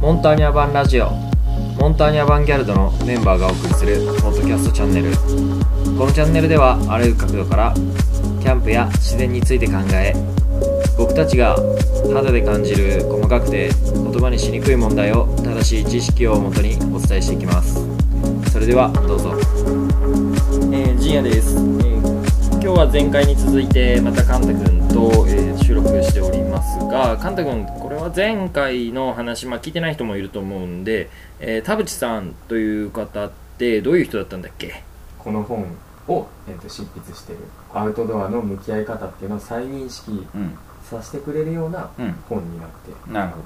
モンターニャ版ラジオモンターニャ版ギャルドのメンバーがお送りするポッドキャストチャンネルこのチャンネルではあらゆる角度からキャンプや自然について考え僕たちが肌で感じる細かくて言葉にしにくい問題を正しい知識をもとにお伝えしていきますそれではどうぞえー、ジンヤです、えー今日は前回に続いてまたカンタ君と、えー収録しておりますがカンタ君これは前回の話、まあ、聞いてない人もいると思うんで、えー田淵さんという方ってどういう人だったんだっけこの本を、えー、と執筆してるアウトドアの向き合い方っていうのを再認識うん、させてくれるようなう本になって、ん、なるほ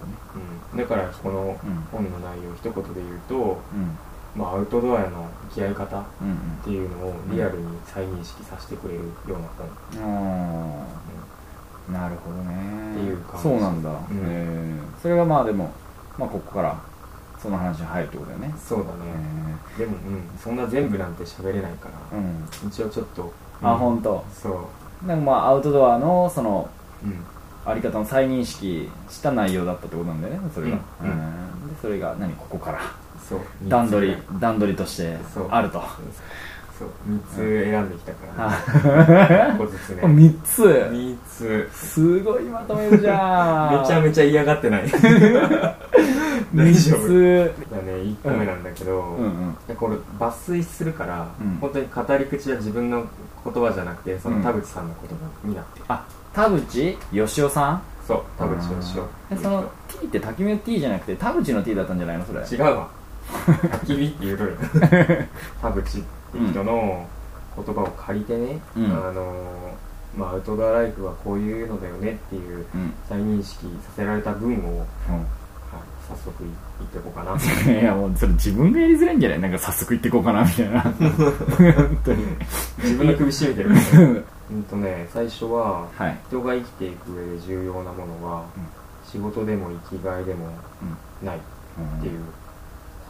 どね。だからこのうん、本の内容を一言で言うと、うん、まあ、アウトドアへの向き合い方っうん、ていうのをリアルに再認識させてくれるような本、うん。ああ、なるほどね。っていう感じそうなんだ。んへえそれがまあでも、まあここから、その話に入るってことだよね。そうだね、でも、うん、そんな全部なんて喋れないかえら、うん。一応ちょっと、あ、うんほんと。そう、なんかまあアウトドアの、その、うん、あり方の再認識した内容だったってことなんだよね、それが。うんうんんで、それが、何、ここから、そう段取り三つ、段取りとしてそう、あると。そう3つ選んできたから、ね、1個ずつ ね3つ3つすごいまとめるじゃんめちゃめちゃ嫌がって ないだね三 大丈夫つ1個目なんだけど、うんうんこれ抜粋するから、うん本当に語り口は自分の言葉じゃなくてその田口さんの言葉になってる、あ田淵義雄さんそう田口をしようえその T って滝の T じゃなくて田淵の T だったんじゃないのそれ違う わ焚き火って言うとる田口って人の言葉を借りてね、うんあのーまあアウトドアライフはこういうのだよねっていううん、再認識させられた文を、はい、早速言っていこうかないやもうそれ自分がやりづらいんじゃないなんか早速行ってこうかなみた いな本当に自分の首絞めてるうんうんとね最初は はい人が生きていく上で重要なものは、うん仕事でも生きがいでもないっうんていう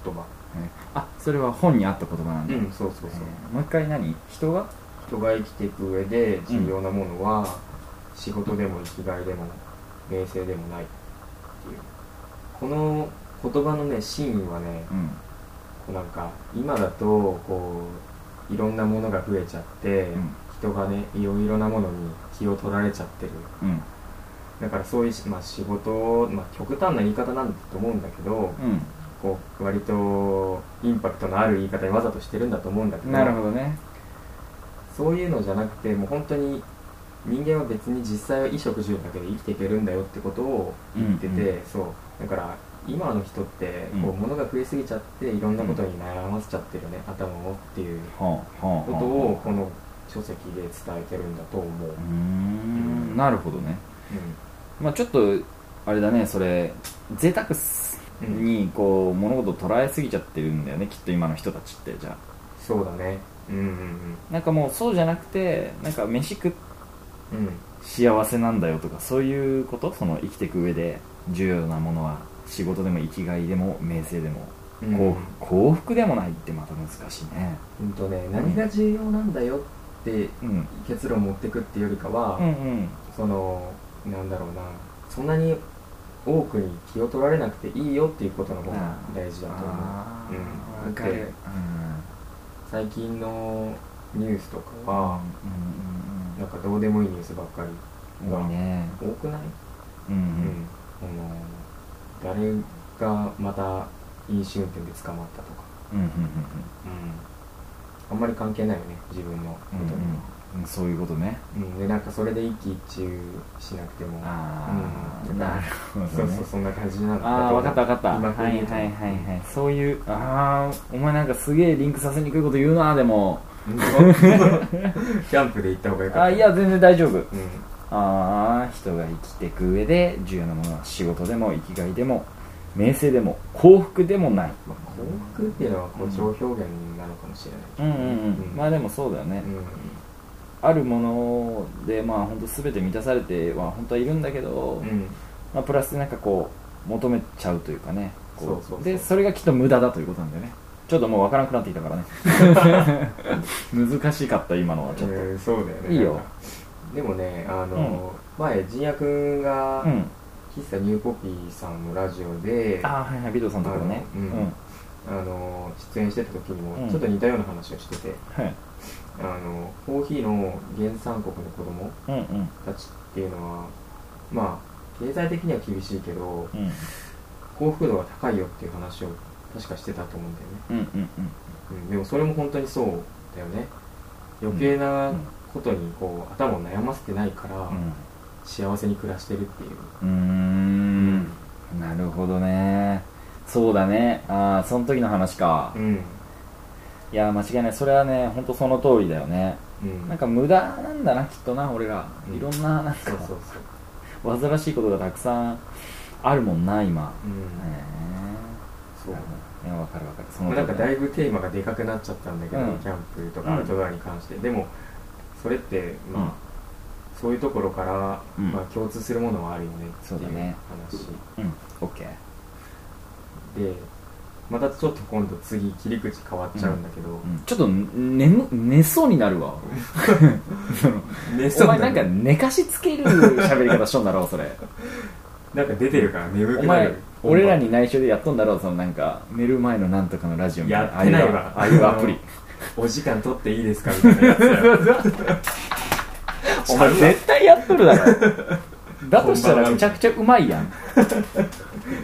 言葉あそれは本にあった言葉なんうだ、ん、そうそうえそう、ーもう一回何人が人が生きていく上で重要なものは、仕事でも生きがいでも名声でもないっていうこの言葉のね真意はねうんこうなんか今だとこういろんなものが増えちゃって、うん人がねいろいろなものに気を取られちゃってるうんだからそういうし、まあ、仕事を、まあ、極端な言い方なんだと思うんだけどこう割とインパクトのある言い方にわざとしてるんだと思うんだけうどんなるほどねそういうのじゃなくてもう本当に人間は別に実際は衣食住だけで生きていけるんだよってことを言ってて、うんそうだから今の人ってうんこう物が増えすぎちゃっていろんなことに悩ませちゃってるね、頭をっていうほうほこうとほをこの書籍で伝えてるんだと思う、ううーんなるほどねうまあちょっとあれだねそれ贅沢っすんうんにこう物事を捉えすぎちゃってるんだよねきっと今の人たちってじゃそうだねうんうんあなんかもうそうじゃなくてなんか飯食っうんうん幸せなんだよとかそういうことその生きていく上で重要なものは仕事でも生きがいでも名声でもうん幸福,、幸福でもないってまた難しいねうんとね何が重要なんだよってうん結論を持ってくっていうよりかは、うんうんそのなんだろうなそんなに多くに気を取られなくていいよっていうことの方が大事だと思うあうんーわかだっるて最近のニュースとかはうなんかどうでもいいニュースばっかりんうんうんうん多いね多くない、うんうあの誰がまた飲酒運転で捕まったとか、うんうんうんあんまり関係ないよね自分のこうんうんとには、うんうんそういうことねうんでなんかそれで一喜一憂しなくてもああ、うんなるほど、ね、そうそうそんな感じなんだああ分かった分かった今こうはいいうとはいはいはいそういうああお前なんかすげえリンクさせにくいこと言うなでも本当 キャンプで行った方がよかったあいや全然大丈夫うんああ人が生きていく上で重要なものは仕事でも生きがいでも名声でも幸福でもないまあ、幸福っていうのは誇張表現なのかもしれうないんけどうね、んうんまあでもそうだよねうんあるものでまあ本当全て満たされては本当はいるんだけどうんまあプラスなんかこう求めちゃうというかねこそうそうそうでそれがきっと無駄だということなんだよねちょっともう分からなくなってきたからね 難しかった今のはちょっと、えーそうだよねいいよなんかでもねあの、前陣也君がうん聞喫茶ニューポピーさんのラジオでああはいはいビドさんのところねあのうんあの出演してた時にうもんちょっと似たような話をしてて、はいあのコーヒーの原産国の子供うんうんたちっていうのはまあ経済的には厳しいけどうん幸福度が高いよっていう話を確かしてたと思うんだよね、うんうんうんうん、でもそれも本当にそうだよね余計なことにこう頭を悩ませてないから幸せに暮らしてるっていう、うんうーんなるほどねそうだねああその時の話かうんいやー間違いないそれはね本当その通りだよねうん、なんか無駄なんだなきっとな俺らうんいろんななんかそうそうそう、煩わしいことがたくさんあるもんな今うんねそうえいやわかるわかるそまのあなんかだいいぶテーマがでかくなっちゃったんだけど、うんキャンプとかアウトドアに関して、でもそれってまあ、うんそういうところから、うんまあ、共通するものはあるよねっていそうだうね話うん OK でまたちょっと今度次切り口変わっちゃうんだけど、うんちょっと寝む寝そうになるわ俺その寝おそう前だなんかね寝かしつける喋り方しとんだろうそれなんか出てるから眠おくな前る俺らに内緒でやっとんだろうそのなんか寝る前のなんとかのラジオみたいなやってないわああいうああいうアプリお時間取っていいですかみたいなやつだよ お前絶対やっとるだろだとしこたんばんらはめちゃくちゃうまいやん、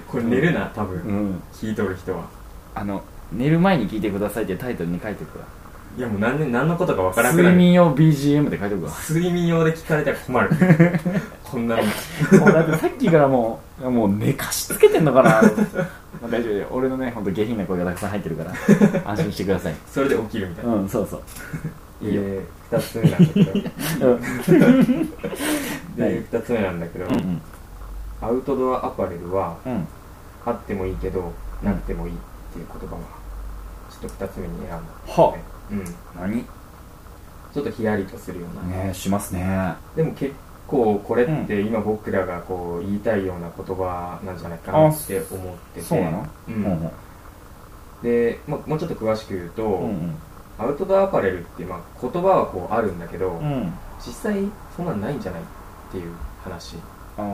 これ寝るな多分、うん、聞いとる人はあの寝る前に聞いてくださいってタイトルに書いておくわいやもう何年何のことか分からなくな睡る眠用 BGM って書いておくわ睡眠用で聞かれたら困る こんなのもうだってさっきからもうもう寝かしつけてんのかなまあ大丈夫よ俺のね本当下品な声がたくさん入ってるから安心してくださいそれで起きるみたいな、うんそうそういいよで2つ目なんだ けどうんで2つ目なんだけど、うんアウトドアアパレルはうんあってもいいけどなくてもいいっていう言葉がちょっと2つ目に選んだ、ねはうん、ち何ねょっとヒヤリとするような、えしますねでも結構これって今僕らがこう言いたいような言葉なんじゃないかあなって思っててそうなのううんで、まあ、もうちょっと詳しく言うと、うんアウトドアアパレルって、まあ、言葉はこうあるんだけど、うん実際そんなんないんじゃないっていう話ああ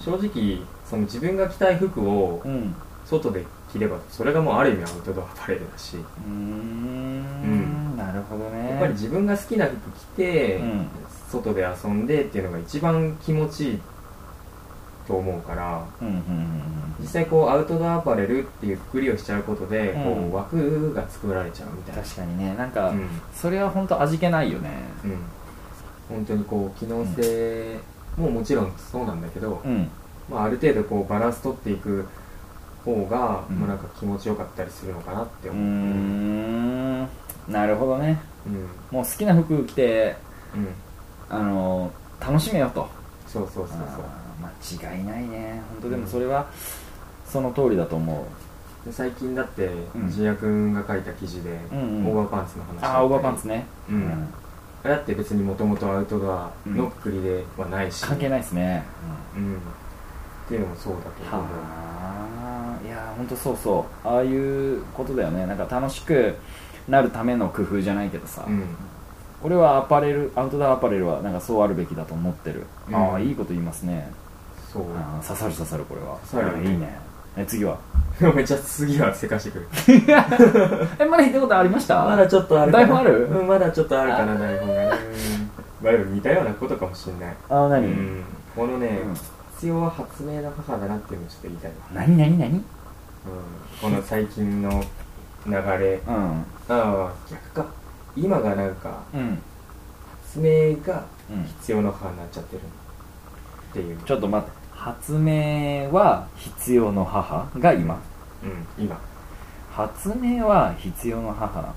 正直その自分が着たい服をうん外で着ればそれがもうある意味アウトドアアパレルだしうーんなるほどねやっぱり自分が好きな服着て、うん外で遊んでっていうのが一番気持ちいいと思うからうんうんうん実際こうアウトドアアパレルっていうくくりをしちゃうことで、うんこう枠が作られちゃうみたいな確かにねなんかうんそれは本当味気ないよねうん本当にこう機能性ももちろんそうなんだけど、うんまあ、ある程度こうバランス取っていく方が、うんまあ、なんか気持ちよかったりするのかなってうー思う、んなるほどねうんうんもう好きな服着てあの楽しめよとそうそうそうそうあー間違いないね本当でもそれはその通りだと思で最近だってんジーヤ君が書いた記事で、う、うんオーバーパンツの話ああーオーバーパンツ、ツね、うんあれだって別にもともとアウトドアのくくりではないし、関係ないですね、うん、っていうのもそうだと思うはあいや本当そうそうああいうことだよねなんか楽しくなるための工夫じゃないけどさ、うん俺はアパレルアウトドアアパレルはなんかそうあるべきだと思ってる、うんああいいこと言いますねそうあー刺さる刺さるこれは刺さるあーいいねえ次は めっちゃ次はせかしてくるえまだ言ったことありましたまだちょっとあるかな台本あるうん、まだちょっとあるかな台本がねうんまあでも似たようなことかもしれないあー何、うんこのね、うん必要は発明の母だなっていうのをちょっと言いたいわ、何何何うん、この最近の流れうんああ逆か今がなんかうん発明がうん必要の母になっちゃってるっていうちょっと待って発明は必要の母が今うん今発明は必要の 母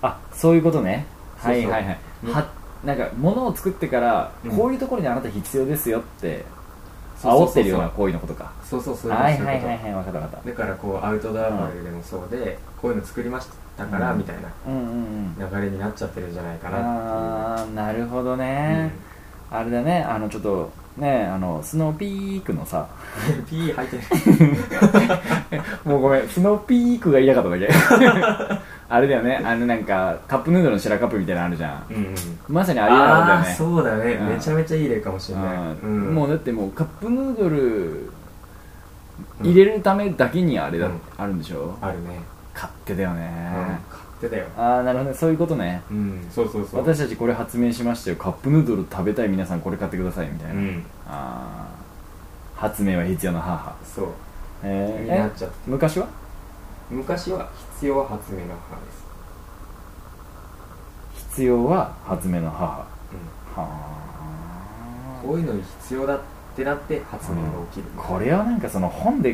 あそういうことねそうそうはいはいはい、ねはなんか物を作ってから、うんこういうところにあなた必要ですよってそう煽そうそうそうってるような行為のことかそうそうそういうことはいそうはいいうこはいはい分かった分かっとだからこうアウトドアパレルでもそうで、こういうの作りましたからうんみたいなたうんうんうん流れになっちゃってるんじゃないかなっああなるほどていう、ね、あれだねあのちょっとねあのスノーピークの さうんピー入ってる もうごめんスノーピークが言いたかっただけあれだよねあのなんかカップヌードルの白カップみたいなのあるじゃんうんうんまさにああいうのだよあねーそうだね、うんめちゃめちゃいい例かもしれない、あーうん、もうだってもうカップヌードル入れるためだけにあれだ、うんあるんでしょあるね、勝手だよねうん、、買ってたよああなるほどねそういうことねうんそうそうそう私たちこれ発明しましたよカップヌードル食べたい皆さんこれ買ってくださいみたいな、うんあー発明は必要な母そうになえっちゃってー、昔は昔は必要発明の母です、必要は発明の母はうあん、こういうのに必要だってなって発明が起きる、これはなんかその本で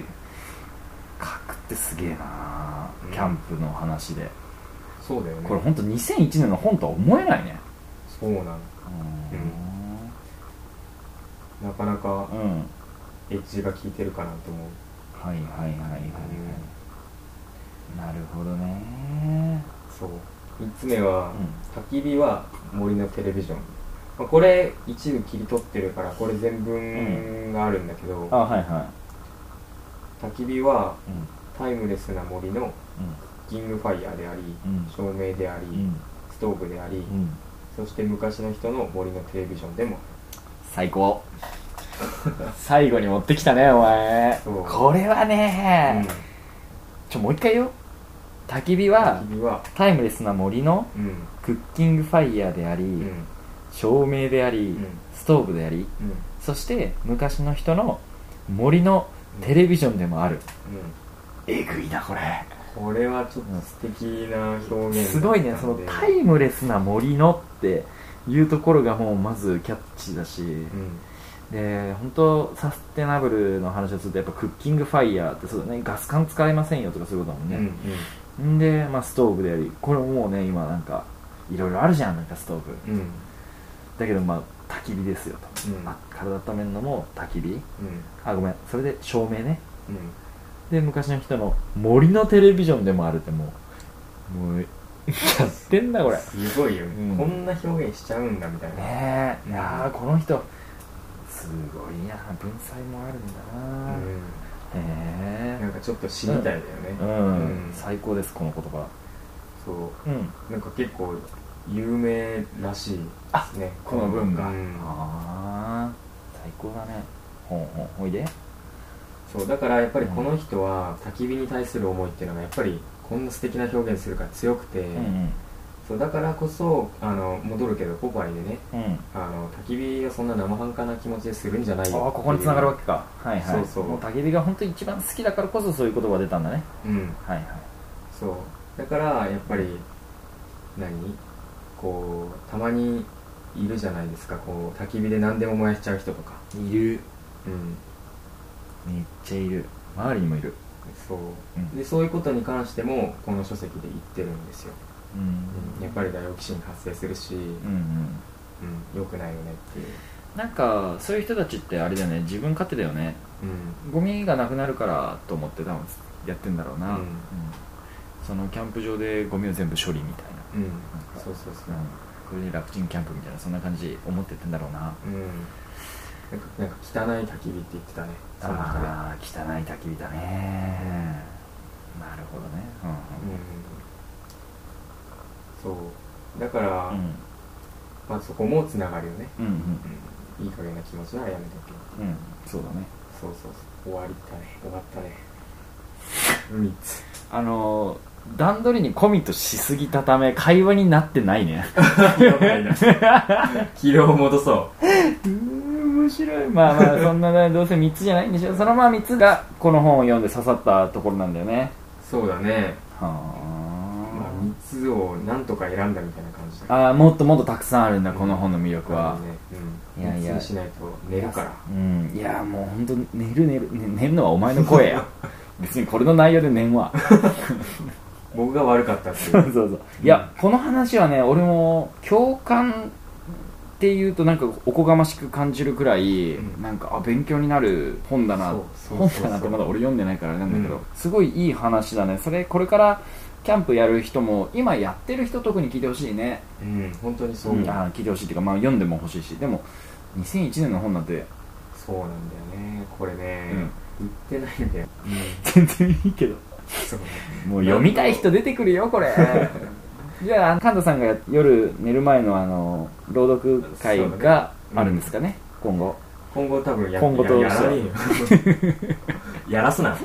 書くってすげえな、うんキャンプの話でそうだよねこれ本当2001年の本とは思えないねそうなのなかなかうん、うん、エッジが効いてるかなと思う、はいはいはいはい、はいなるほどねそう3つ目は、う焚き火は森のテレビジョン、まあ、これ一部切り取ってるからこれ全文があるんだけど、んあはいは焚き火はいうんタイムレスな森のキングファイヤーであり、うん照明であり、うんストーブであり、うんそして昔の人の森のテレビジョンでも最高最後に持ってきたねお前そうこれはある、ね、うんちょもう一回言おう焚き火は焚き火はタイムレスな森のうんクッキングファイヤーであり、うんうん照明であり、んストーブでありうんそして昔の人の森のテレビジョンでもある、えぐいなこれこれはちょっと素敵な表現すごいねだったそんのでタイムレスな森のっていうところがもうまずキャッチだし、うんで本当サステナブルの話をするとやっぱクッキングファイヤーってそうだねガス管使いませんよとかそういうことだもんうんね、んで、まあ、ストーブでありこれもうね今なんかいろいろあるじゃんなんかストーブうんうんだけどまあ焚き火ですよと、うんあ体温めるのも焚き火うんあごめんそれで照明ねうんで昔の人の森のテレビジョンでもあるってもうもうやってんだこれねすごいよね、うんこんな表現しちゃうんだみたいな、えいやーこの人すごいな文才もあるんだうな、へん、なえんかちょっと詩みたいだよね、うん、うん最高ですこの言葉そうんうなんか結構有名らしいですねこの文が、うんああ最高だねほんほんほいでそうだからやっぱりこの人は焚き火に対する思いっていうのがやっぱりこんな素敵な表現するから強くて、うんうんそうだからこそあの戻るけどポパイでねうんあの焚き火をそんな生半可な気持ちでするんじゃないよああここに繋がるわけかはいはいそうそうもう焚き火が本当一番好きだからこそそういう言葉が出たんだねけうんはいはいそうだからやっぱり何こうたまにいるじゃないですかこう焚き火で何でも燃やしちゃう人とかいるうんめっちゃいる周りにもいるそう、うんでそういうことに関してもこの書籍で言ってるんですよ、うんうん、やっぱりダイオキシン発生するし、うんうんうん良くないよねっていうなんかそういう人たちってあれだよね自分勝手だよねうんゴミがなくなるからと思って多分やってんだろうな、うんそのキャンプ場でゴミを全部処理みたいな、うんなんかそうそうそううん、これで楽ちんキャンプみたいなそんな感じ思ってってんだろうなうん、なんかなんか汚い焚き火って言ってたねその人でああ汚い焚き火だねなるほどねうんそうだから、うんまあ、そこもつながるよね、うんうんうん、いい加減な気持ちならやめとけうん、うん、そうだねそうそうそう終わりたね終わったね3つあのー段取りにコミットしすぎたため会話になってないねやば いな気量を戻そうーん面白いまあまあそん なねどうせ3つじゃないんでしょそのまま3つがこの本を読んで刺さったところなんだよねうそうだね、まあ、は3つをなんとか選んだみたいな感じだああーもっともっとたくさんあるんだこの本の魅力あはのね、うん、いやいや3つにしないと寝るからうんいやもう本当寝る寝る、ね寝るのはお前の声 や別にこれの内容で寝んわ僕が悪かったっていそううそうそういやこの話はね俺も共感っていうとなんかおこがましく感じるくらい、うんなんかあ勉強になる本だなそうそうそう本そうだなってまだ俺読んでないからあれなんだけど、うんすごいいい話だねそれこれからキャンプやる人も今やってる人特に聞いてほしいねうん本当にそうう、んあー聞いてほしいっていうか、まあ、読んでもほしいしでも2001年の本なんてそうなんだよねこれね、売ってないんだよ、全然いいけどそうねもう読みたい人出てくるよ これじゃあ神田さんが夜寝る前のあの朗読会があるんですかね今後今後多分や今後とややら ないよやらすな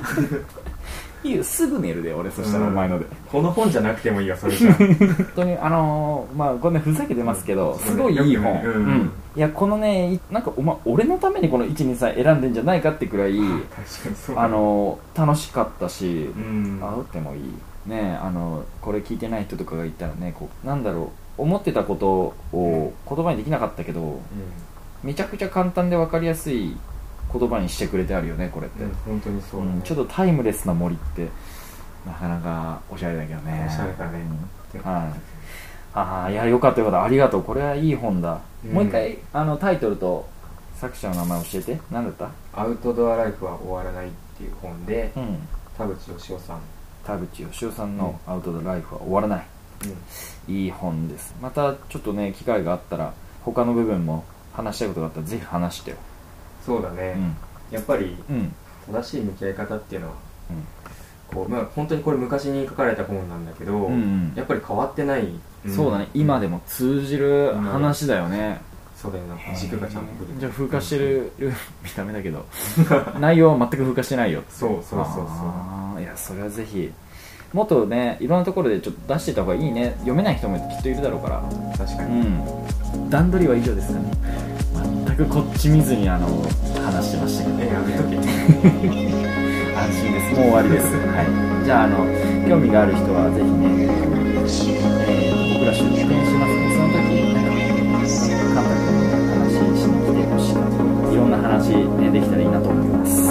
いいよすぐ寝るで俺そしたらお前のでこの本じゃなくてもいいよそれじゃ本当にあのーまあこれねふざけてますけど、うんすごいいい本、うんいやこのねいなんかお前俺のためにこの123選んでんじゃないかってくらい確かにそうあのー楽しかったしう、んあうってもいいねあのこれ聞いてない人とかがいたらねこうなんだろう思ってたことを言葉にできなかったけど、うめちゃくちゃ簡単で分かりやすい言葉にしてくれてあるよねこれって、んうん本当にそうだうねんちょっとタイムレスな森ってなかなかおしゃれだけどねおしゃれだねうんはいああいやよかったよかったありがとうこれはいい本だ、うんもう一回あのタイトルと作者の名前教えて何だっアウトドアライフは終わらないっていう本でたうん田口義雄さん、田口義雄さんの「アウトドアライフは終わらない」いい本ですまたちょっとね機会があったら他の部分も話したいことがあったらぜひ話してよ、そうだね、うんやっぱりうん正しい向き合い方っていうのはうんこう、まあ、本当にこれ昔に書かれた本なんだけど、うんうんやっぱり変わってない、そうだね、今でも通じる話だよね、そうだよな軸がちゃんとくるじゃあ風化してる 見た目だけど内容は全く風化してないよそうそうそうそあーいやそれはぜひもっとねいろんなところでちょっと出していた方がいいね読めない人もきっといるだろうからう確かうに、ん段取りは以上ですかね全くこっち見ずにあの話してましたけどえやめとけ安心ですもう終わりです はいじゃああの興味がある人はぜひね、えー僕ら出店しますのでその時なんか簡単に話しに来てほしいないろんな話、ね、できたらいいなと思います